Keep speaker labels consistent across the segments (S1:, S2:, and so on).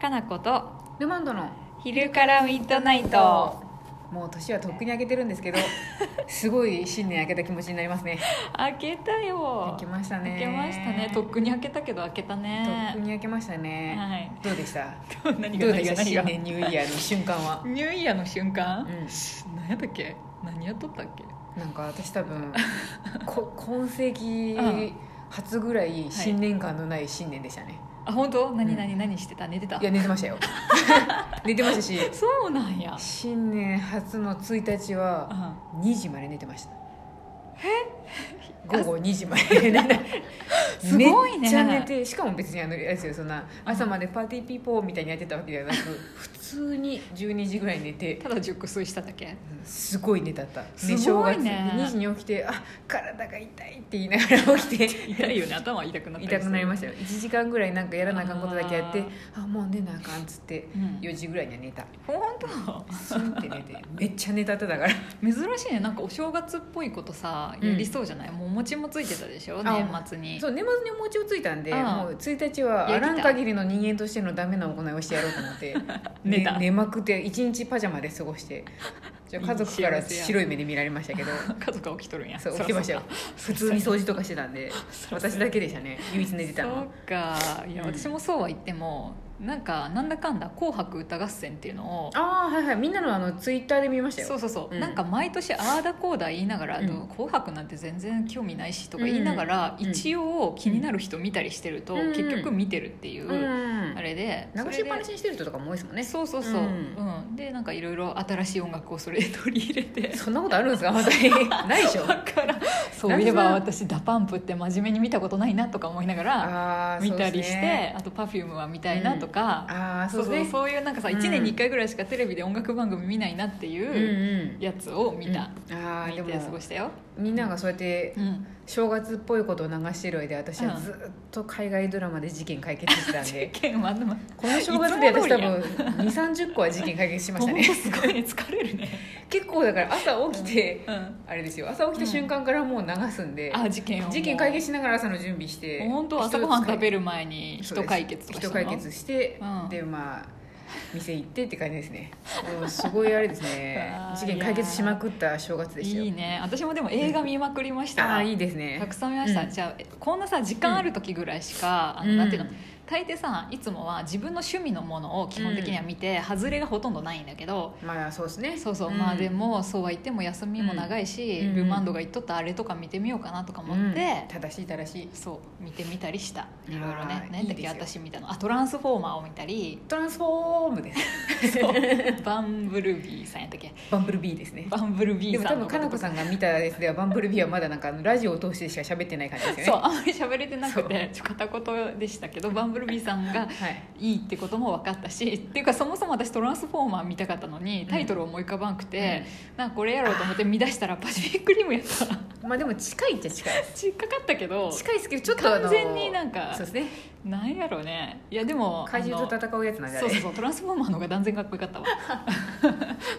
S1: かなこと
S2: ルマンドの
S1: 昼からミッドナイト
S2: もう年はとっくに明けてるんです けどすごい新年明けた気持ちになりますね
S1: 開けたよ
S2: 明けましたね
S1: 開けましたねとっくに開けたけど開けたね
S2: とっくに明けました
S1: は
S2: ね、
S1: い
S2: どうでした
S1: どう何
S2: ど
S1: が
S2: うで
S1: 何
S2: し
S1: が
S2: た
S1: 何が
S2: 新年ニューイヤーの瞬間 は
S1: ニューイヤーの瞬間、
S2: う
S1: 何やったっけ何やっとったっけ
S2: なんか私 多分こ今世紀
S1: うん
S2: 初ぐらい新年感のない新年でしたね、
S1: あ本当
S2: う
S1: 何
S2: ん
S1: 何何してた寝てた
S2: い、や寝て ましたよ寝てましたし
S1: そうなんや、
S2: 新年初の1日
S1: う
S2: は
S1: ん
S2: 2時まで寝てました午後2時まで寝て
S1: すごいね
S2: めっちゃ寝てしかも別にあのあれですよそんな朝までパーティーピーポーみたいにやってたわけではなく普通に12時ぐらい寝て
S1: ただ熟睡しただけ
S2: すごい寝たった
S1: すごいね
S2: 寝正月2時に起きてあ体が痛いって言いながら起きて
S1: 痛 いよね頭痛くなった
S2: 痛くなりま
S1: し
S2: したよ1時間ぐらいなんかやらなあかんことだけやってあもう寝なあかんっつって
S1: うん
S2: 4時ぐらいには寝た
S1: 本当
S2: スンって寝てめっちゃ寝たってだから
S1: 珍しいねなんかお正月っぽいことさ
S2: うん
S1: やりそうじゃない、もうお餅もついてたでしょ
S2: あ
S1: 年末に
S2: そう年末にお餅をついたんで
S1: うん
S2: もう1日はあらん限りの人間としてのダメな行いをしてやろうと 思って
S1: 寝
S2: ね
S1: た
S2: 寝まくって1日パジャマで過 ごしてじゃあ家族から白い目で見られましたけど
S1: 家族が起きとるんや
S2: そう起きてましたよ普通に掃除とかしてたんで
S1: そうそう
S2: 私だけでしたね唯一寝て
S1: そ
S2: たのは
S1: うかいや、
S2: うん
S1: 私もそうは言ってもなんかなんだかんだ「紅白歌合戦」っていうのを
S2: ああはいはいみんなのあのツイッターで見ましたよ
S1: そうそうそう、
S2: うん
S1: なんか毎年ああだこうだ言いながら「
S2: うん
S1: でも紅白なんて全然興味ないし」とか言いながら、
S2: うん
S1: 一応気になる人見たりしてると、
S2: うん
S1: 結局見てるっていうう、
S2: ん
S1: あれで
S2: 流しっぱなし
S1: それで
S2: にしてる人とかも多いですもんね
S1: そうそうそう、う
S2: うんん
S1: でなんかいろいろ新しい音楽をそれで取り入れて
S2: そんなことあるんですか本当にない でしょ
S1: だからそういえば私ダパンプって真面目に見たことないなとか思いながら
S2: あー
S1: 見たりし
S2: そう
S1: て、
S2: ですね
S1: あと Perfume は見たいなとか、
S2: ああそ
S1: そう
S2: う
S1: そう
S2: ですね
S1: そういうなんかさ
S2: うん
S1: 1年に1回ぐらいしかテレビで音楽番組見ないなって
S2: うん
S1: いう
S2: うん
S1: やつを見た、
S2: うんああで
S1: 見て過ご
S2: も
S1: したよ、
S2: みんながそうやって
S1: うん、
S2: 正月っぽいことを流してる間私
S1: う
S2: は
S1: ん
S2: ずっと海外ドラマで事件解決してたんで
S1: 剣はも
S2: この正月で私多
S1: いつも
S2: 分2三3 0個は事件解決しま
S1: う
S2: した
S1: 本当
S2: ね
S1: すごいね 疲れるね、
S2: 結構だから朝起きて
S1: うん、
S2: あれですよ朝起きた瞬間からもう流すんで
S1: あ事件をもう
S2: 事件解決しながら朝の準備して
S1: 本当朝ごはん食べる前に
S2: そう
S1: 人
S2: です
S1: 解決とかした
S2: 人
S1: の
S2: 解決して、
S1: うん
S2: でまあ店行ってって感じですねうんすごいあれですね
S1: あー
S2: 事件解決しまくった正月でしたよ
S1: いいね私もでも映画見まくりましたわ、
S2: ああいいです
S1: た
S2: ね
S1: くさん見ました、
S2: うん
S1: じゃあえこんなさ時間ある時ぐらいしか、あのなんていうの大抵さいつもは自分の趣味のものを基本的には見て、外れがほとんどないんだけど
S2: うんまあそうですね
S1: そうそう、
S2: ん
S1: まあでもそうは言っても休みも長いし、
S2: うん
S1: ルマンドが言っとったあれとか見てみようかなとか
S2: う
S1: 思っ
S2: ん
S1: て、
S2: 正しい正しい
S1: そう見てみたりしたいろいろ
S2: あ
S1: ね何
S2: ー
S1: だ
S2: いい
S1: っ
S2: で
S1: け
S2: すよ
S1: 私見たのあトランスフォーマーを見た り
S2: トランスフォームです
S1: そうバンブルビーさんやったっけ
S2: バンブルビーですね
S1: バンブルビ
S2: で
S1: ー
S2: も
S1: さ
S2: 多
S1: ん
S2: 分
S1: の
S2: かなこさんが見たやつではバンブルビーはまだなんかあのラジオを通してしか喋ってない感じです
S1: そう
S2: よね
S1: あんまり喋れてなくてちょ片言でしたけどバンブルビーさんが
S2: はい
S1: いいってことも分かったしっていうかそもそも私「トランスフォーマー」見たかったのにタイトル思い浮かばんくて、なんかこれやろうと思って見出したらパシフィックリムやった
S2: まあでも近いっちゃ近い
S1: ちっかかったけど
S2: 近いですけどちょっとあの
S1: 完全になんか
S2: そうですね
S1: なんやろうねいやでも
S2: 怪獣と
S1: あの
S2: 戦うやつなんであ
S1: そう
S2: れ
S1: そうそうトランスフォーマーの方が断然かっこよか ったわ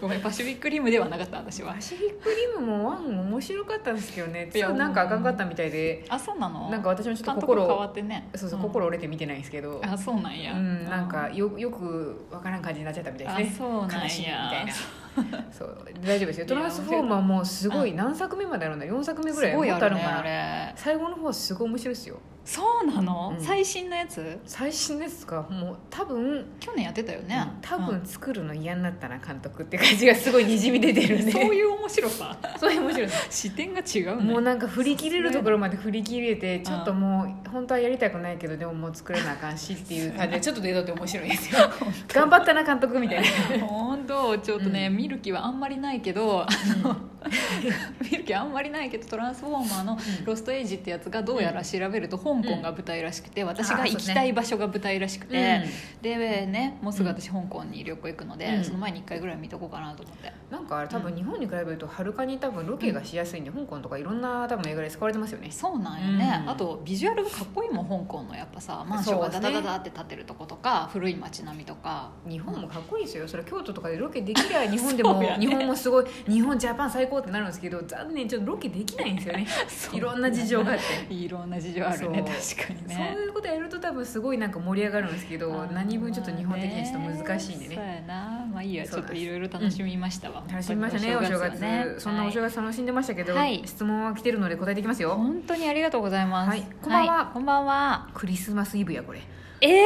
S1: ごめんパシフィックリムではなかった私は
S2: パシフィックリムもワンも面白かったんですけどね
S1: いや
S2: 2なんかあかんかったみたいで
S1: あそうなの
S2: なんか私もちょっと
S1: 監督
S2: 心
S1: 変わってね
S2: そうそう、
S1: ん
S2: 心折れて見てないんですけど
S1: あそうなんや、
S2: うん、なんかよよくわからん感じになっちゃったみたいですね
S1: あそうなんや
S2: 悲しいみたいな そう大丈夫ですよ「トランスフォーマー」もすごい何作目まであるんだ4作目ぐらい
S1: すごい
S2: もっ
S1: あ
S2: とあ
S1: る
S2: る
S1: ね
S2: んか
S1: あ
S2: な
S1: れ
S2: 最後の方すごい面白いですよ
S1: そうなの、
S2: うん
S1: 最新のやつ
S2: 最新ですかもう多分、
S1: 去年やってたよね、
S2: 多分作るの嫌になったな監督って感じがすごいにじみ出てる
S1: うんん
S2: で
S1: そう
S2: う
S1: いう面白さ
S2: そういう面白いです
S1: 視点が違うね
S2: もうなんか振り切れるところまで振り切れてちょっともう本当はやりたくないけどでももう作らなあかんしっていう感じでちょっと出とって面白いですよ頑張ったな監督みたい な
S1: 本当ちょっとね、
S2: うん
S1: 見る気はあんまりないけど、あ の見る気あんまりないけど「トランスフォーマー」の「ロストエイジ」ってやつがどうやら調べると香港が舞台らしくて、私が行きたい場所が舞台らしくて、でねもうすぐ私香港に旅行行くので、
S2: うん
S1: その前に1回ぐらい見とこうかなと思って、
S2: なんかあれ多分日本に比べるとはるかに多分ロケがしやすいんで、香港とかいろんな多分映画で使われてますよね
S1: そうなんよね、
S2: うん
S1: あとビジュアルがかっこいいもん香港のやっぱさマンションがダダダダって建ってるとことか、古い街並みとか
S2: 日本もかっこいいですよそれは京都とかでロケできりゃ日本でも、
S1: そうやね
S2: 日本もすごい日本ジャパン最高ってなるんですけど残念ちょっとロケできないんですよねいろんな事情があって。
S1: いろんな事情あるね
S2: そ
S1: 確かに ね
S2: そういうことやると多分すごいなんか盛り上がるんですけど
S1: あー
S2: 何分ちょっと日本的にちょっと難しいんでね
S1: そうやなまあいいやち
S2: そ
S1: ょ
S2: う
S1: っ
S2: なん
S1: と
S2: です
S1: いろいろ楽しみましたわ、
S2: 楽しみましたねお正
S1: は
S2: 月そんなお正
S1: はい
S2: 月楽しんでましたけど、
S1: はい
S2: 質問は来てるので答えていきますよ、
S1: 本当にありがとうございます、
S2: はいこんばんはい
S1: こんばんは
S2: クリスマスイブやこれ
S1: ええ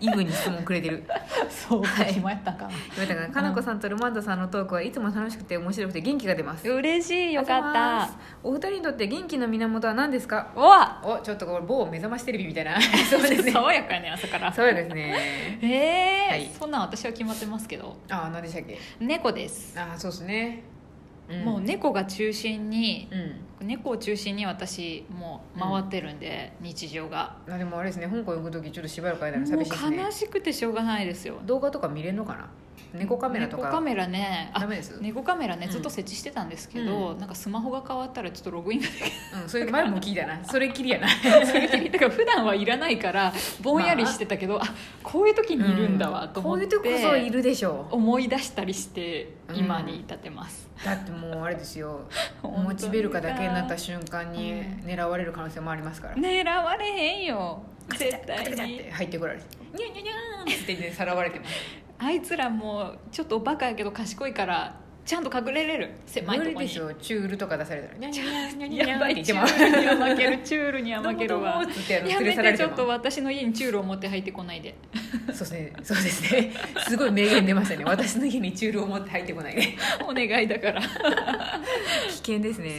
S2: イブに質問くれてる
S1: そうか
S2: はい
S1: 決まったか
S2: 岩田君かなこさんとルマンドさんのトークはいつも楽しくて面白くて元気が出ます
S1: 嬉しいよかっ
S2: ありがとうございます
S1: た
S2: お二人にとって元気の源は何ですか
S1: うわ
S2: おちょっとこれ某目覚ましテレビ みたいなそうですね
S1: 爽やかね朝から
S2: そうですね
S1: ええ
S2: はい
S1: そんなん私は決まってますけど
S2: あ何でしたっけ
S1: 猫です、
S2: あそうですね、ん
S1: もう猫が中心に
S2: うん
S1: 猫を中心に私もう回ってるんで、日常が、
S2: あでもあれですね香港行く時ちょっとしばらく間が
S1: もう
S2: 寂しいですね
S1: 悲しくてしょうがないですよ
S2: 動画とか見れるのかな猫カメラと
S1: 猫カ
S2: か
S1: メラね
S2: ダ
S1: あ
S2: メです、
S1: 猫カメラね
S2: うん
S1: ずっと設置してたんですけど、
S2: う
S1: なんかスマホが変わったらちょっとログインができ
S2: うんそれ前も聞いたなそれっきりやな
S1: なくてだから普段はいらないからぼんやりしてたけど、あこう いう時にいるんだわと思って、
S2: うんこういう時こそいるでしょ
S1: 思い出したりして
S2: うん
S1: 今に至ってます、
S2: うだってもうあれですよ
S1: 本
S2: モ
S1: 当
S2: チベルカだけになった瞬間に
S1: うん
S2: 狙われる可能性もありますから、
S1: 狙われへんよ絶
S2: ガチ
S1: 対
S2: ャガチャっ
S1: に
S2: て入ってこられてニャンニャンニャンって言ってさらわれても
S1: あいつらもうちょっとバカやけど賢いからちゃんと隠れれる狭いと
S2: 無理
S1: こ
S2: で
S1: に
S2: しょチュールとか出されたらニャンニャンニャンニャンニャン
S1: やばい
S2: って
S1: チュ
S2: 言っ
S1: ー
S2: て
S1: ルには負けるチュールには
S2: も
S1: 負けるわ
S2: どうもどうもっつってあの
S1: や
S2: 連
S1: め
S2: れ去ら
S1: てち
S2: れて
S1: ょっと
S2: も
S1: 私の家にチュールを持って入ってこないで
S2: そうですねそうですねすごい名言出ましたね私の家にチュールを持って入ってこないで
S1: お願いだから
S2: 危険ですね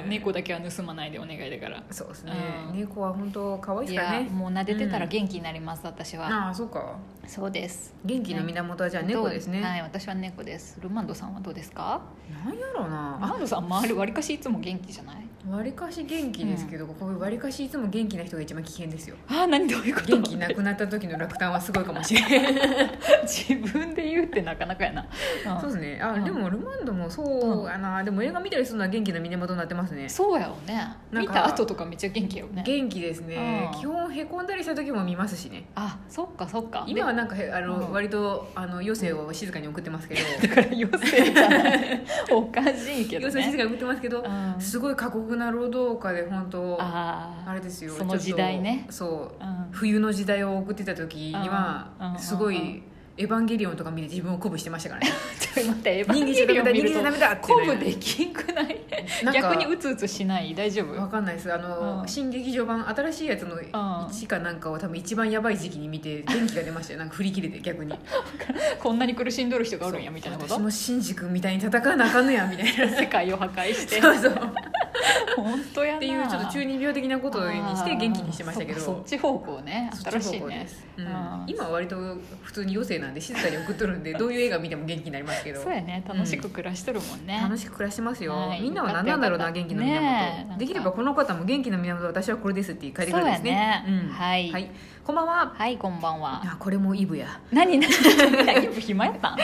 S1: そう猫だけは盗まないでお願いだから
S2: そうですね、
S1: うん
S2: 猫は本当可愛い
S1: い
S2: ですから
S1: や
S2: ね
S1: もう撫でてたら元気になります、私は
S2: ああそうか
S1: そうです
S2: 元気の源はじゃあ猫ですね、
S1: はい私は猫ですルマンドさんはどうですか
S2: なんやろう
S1: ル
S2: な
S1: マンドさん周りわりかしいつも元気じゃない
S2: あわりかし元気ですけど、こういうわりかしいつも元気な人が一番危険ですよ
S1: あー何どういうこと
S2: 元気なくなった時の落胆はすごいかもしれない
S1: 自分で言うってなかなかやな、うん
S2: そうですねあ、
S1: うん
S2: でもルマンドもそう
S1: うん
S2: あな、でも映画見たりするのは元気の源になってますね
S1: そうやよね
S2: なん
S1: 見
S2: か
S1: た後とかめっちゃ元気やよね
S2: 元気ですね、
S1: うん
S2: 基本へこんだりした時も見ますしね
S1: あそっかそっか
S2: 今はなんかへあの、
S1: うん
S2: 割とあの余生を静かに送ってます けど、
S1: でだから妖精じゃない おかしいけど
S2: 余生を静
S1: ね
S2: かに送ってますけど、
S1: うん
S2: すごい過酷な労働家で本当あ
S1: あ
S2: れですよ
S1: その時代ね
S2: ちょっとそう
S1: あうん
S2: 冬の時代を送ってた時に
S1: うん
S2: は
S1: うん
S2: すご
S1: うん
S2: い「エヴァンゲリオン」とか見て自分を鼓舞してましたからね
S1: ちょっと待 ってエヴァ
S2: 人
S1: ン
S2: 間じ
S1: ゲ
S2: ゃダ
S1: リ
S2: メ
S1: オン見る
S2: だ人間じゃ
S1: と
S2: ダメだっ て
S1: 鼓
S2: ね
S1: 舞できんくない
S2: なんか
S1: 逆にうつうつしない大丈夫
S2: わかんないですあの、
S1: うん
S2: 新劇場版新しいやつの
S1: ん
S2: 1かなんかを多分一番やばい時期に見て元気が出ましたよなんか振り切れて逆に
S1: こんなに苦しんどる人がおるんやみたいなこ
S2: 私
S1: と
S2: も新宿みたいに戦わなあかんのやみたい な
S1: 世界を破壊して
S2: そうそうっ
S1: 本当やな
S2: ていうちょっと中二病的なことにして元気にしてましたけど
S1: あーそっかそっち方向ね
S2: そっ
S1: 新
S2: ち
S1: しい
S2: 方向で
S1: ね
S2: すうん
S1: うん
S2: 今は割と普通に余生なんで静かに送っ とるんでどういう映画見ても元気になりますけど
S1: そうやね楽しく暮らしとるもんね、
S2: 楽しく暮らしてますよ、
S1: はい
S2: みんなは何なんだろうな
S1: よかった
S2: 元
S1: よかっ
S2: 気
S1: た
S2: の源、
S1: ねえなんか
S2: できればこの方も元気の源私はこれですって書いてくるんですね
S1: そうやね
S2: ん
S1: はい
S2: こんばんは
S1: はいこんばんは
S2: あこれもイブや、
S1: 何 何何暇やったん
S2: は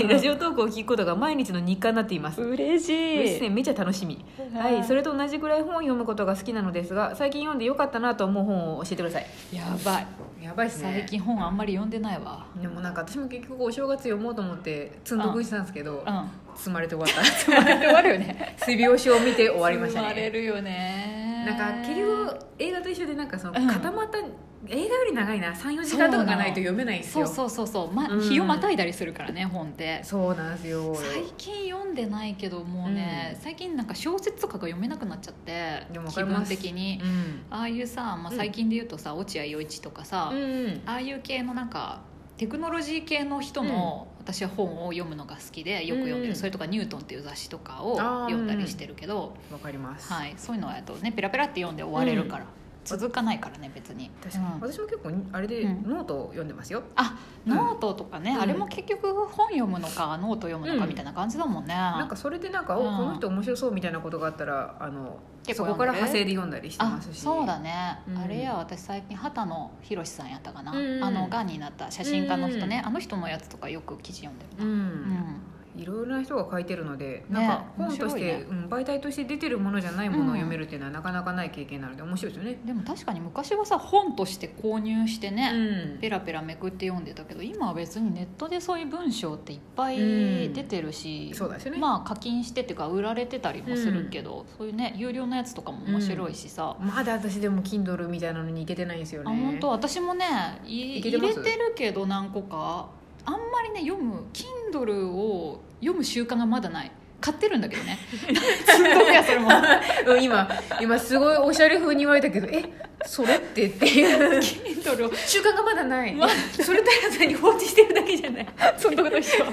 S2: い、ラジオトークを聞くことが毎日の日課になっています
S1: 嬉しい
S2: 嬉しいめちゃ楽しみ、
S1: は
S2: はいい、それと同じぐらい本を読むことが好きなのですが最近読んでよかったなと思う本を教えてください
S1: やばい
S2: やばいっすね
S1: 最近本あんまり読んでないわ
S2: でもなんか私も結局お正月読もうと思って積んどくしてたんですけど
S1: うん
S2: 積まれて終わっ
S1: つまれて終わるよね
S2: た水拍子を見て 終わりました
S1: つまれ
S2: ね
S1: るよね
S2: なんか結局映画と一緒でなんかその
S1: うん
S2: 固まった、映画より長いな34時間とかがないと読めないんです
S1: そ
S2: よ
S1: う
S2: う
S1: そうそうそう、ま、
S2: うん
S1: 日をまたいだりするからね本って
S2: そうなんですよ
S1: 最近読んでないけどもうね、
S2: うん
S1: 最近なんか小説とかが読めなくなっちゃって
S2: でもわか
S1: 気
S2: りま
S1: 分
S2: す
S1: 的に、
S2: うん
S1: ああいうさ、まあ、
S2: うん
S1: 最近で言うとさ、落合陽一とかさ、
S2: うん
S1: ああいう系のなんかテクノロジー系の人の、私は本を読むのが好きでよく読んでる、
S2: うん
S1: それとか「ニュートン」っていう雑誌とかを
S2: あー
S1: 読んだりしてるけど、
S2: わかります、
S1: はい、そういうのはやとねペラペラって読んで終われるから、続かないからね別に
S2: 確かに、
S1: うん
S2: 私も結構あれで
S1: うん
S2: ノートを読んでますよ、
S1: あノートとかね、
S2: うん
S1: あれも結局本読むのかノート読むのか
S2: うん
S1: みたいな感じだもんね、
S2: なんかそれでなんか、お
S1: うん
S2: この人面白そうみたいなことがあったらあの
S1: 結
S2: そ
S1: 構
S2: こから
S1: 読んでる
S2: 派生で読んだりして
S1: あ
S2: ますし
S1: そうだね、
S2: うん
S1: あれや私最近畑野博さんやったかな、
S2: うん
S1: あのがんになった写真家の人ね、あの人のやつとかよく記事読んでる
S2: う
S1: な、うん
S2: ん、いろいろな人が書いてるので、なんか本として、
S1: 面白いね
S2: うん、媒体として出てるものじゃないものを読めるっていうのはなかなかない経験なので面白いですよね。
S1: でも確かに昔はさ本として購入して
S2: う
S1: ね、
S2: ん
S1: ペラペラめくって読んでたけど今は別にネットでそういう文章っていっぱい
S2: うん
S1: 出てるし、
S2: そうですよね。
S1: まあ課金してっていうか売られてたりもするけど、そういうね有料のやつとかも面白いしさ、
S2: まだ私でも Kindle みたいなのに行けてないんですよね。
S1: あ本当私もねい
S2: いけ
S1: 入
S2: て
S1: れ
S2: ます
S1: てるけど何個かあんまりね読む Kindle を読む習慣がまだない買ってるんだけ どねすんごいやそれも
S2: うん今今すごいおしゃれ風に言われたけどえそれってっていう
S1: Kindle を
S2: 習慣がまだない、
S1: ま
S2: それただ単に放置してるだけじゃない
S1: そんなこと一 緒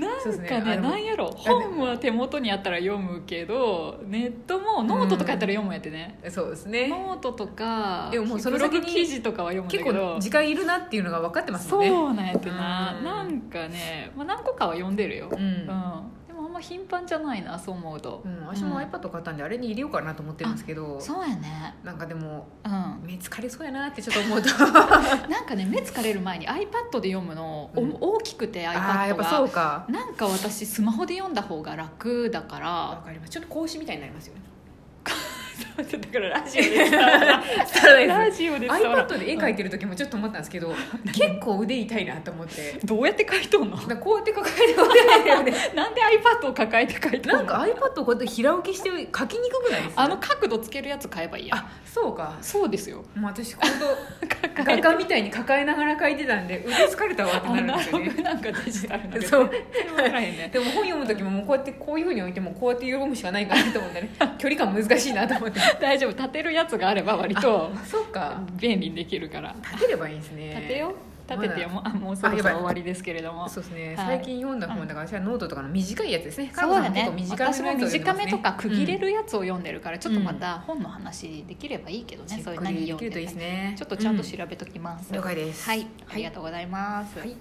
S1: なん
S2: そうですね
S1: か
S2: あ
S1: ね
S2: でも
S1: なんやろ本は手元にあったら読むけどネットもノートとかやったら読むんやってね、
S2: そうですね
S1: ノートとか
S2: でももうその
S1: ブロ
S2: 先
S1: グ
S2: に
S1: 記事とかは読むんだけ
S2: 結
S1: ど
S2: 構時間いるなっていうのが分かってますもんね
S1: そうなんやってな、
S2: うん
S1: なんかね、まあ、何個かは読んでるよ、
S2: うん、
S1: うん、でもあんま頻繁じゃないなそう思うと、
S2: うん、私も
S1: うん
S2: iPad 買ったんであれに入れようかなと思ってるんですけど
S1: そうやね
S2: なんかでも
S1: うん、
S2: 目疲れそうやなってちょっと 思うと
S1: なんかね目疲れる前に iPad で読むの、お
S2: うん
S1: 大きくて iPad
S2: あ
S1: が
S2: あやっぱそうか
S1: なんか私スマホで読んだ方が楽だから
S2: わかりますちょっと格子みたいになりますよね
S1: だから ラジオで伝わらないラジオで伝わらない
S2: iPad で絵描いてる時もちょっと思ったんですけど、結構腕痛いなと思って
S1: どうやって書いとんの
S2: なんかこうやって抱えてもらえないよね
S1: なんで iPad を抱えて書いとんの
S2: なんか iPad をこうやって平置きして書きにくくないですか
S1: あの角度つけるやつ買えばいいや
S2: あそうか
S1: そうですよ
S2: もう私今 度画家みたいに抱えながら書いてたんで腕疲れたわって
S1: ア
S2: な
S1: ナ
S2: るんですよ
S1: ロ
S2: ね
S1: グなんかデジタルなんか
S2: そう
S1: 全然わからへんね
S2: でも本読む時ももうこうやってこういうふうに置いてもこうやって読むしかないかなと 思ってね距離感難しいなと思って
S1: 大丈夫立てるやつがあれば割と
S2: そうか
S1: 便利にできるから
S2: 立てればいいんですね
S1: 立てよう立ててよもうあもうそ
S2: あ
S1: ろ
S2: や
S1: そ
S2: ばい
S1: ろ終わりですけれども
S2: そうですね、
S1: はい
S2: 最近読んだ本だから私はノートとかの短いやつですね
S1: そうだね
S2: 彼女
S1: 私も
S2: の結構
S1: 短
S2: のやつを読んでますね
S1: めとか区切れ
S2: うん
S1: るやつを読んでるから、ちょっとまた本の話できればいいけどね、
S2: じっ
S1: そういう
S2: くり
S1: 何
S2: で
S1: 読
S2: き
S1: ん
S2: る
S1: で
S2: といいですね
S1: ちょっとちゃんと
S2: う
S1: 調べときます、
S2: 了解です
S1: はいありがとうございます、
S2: はい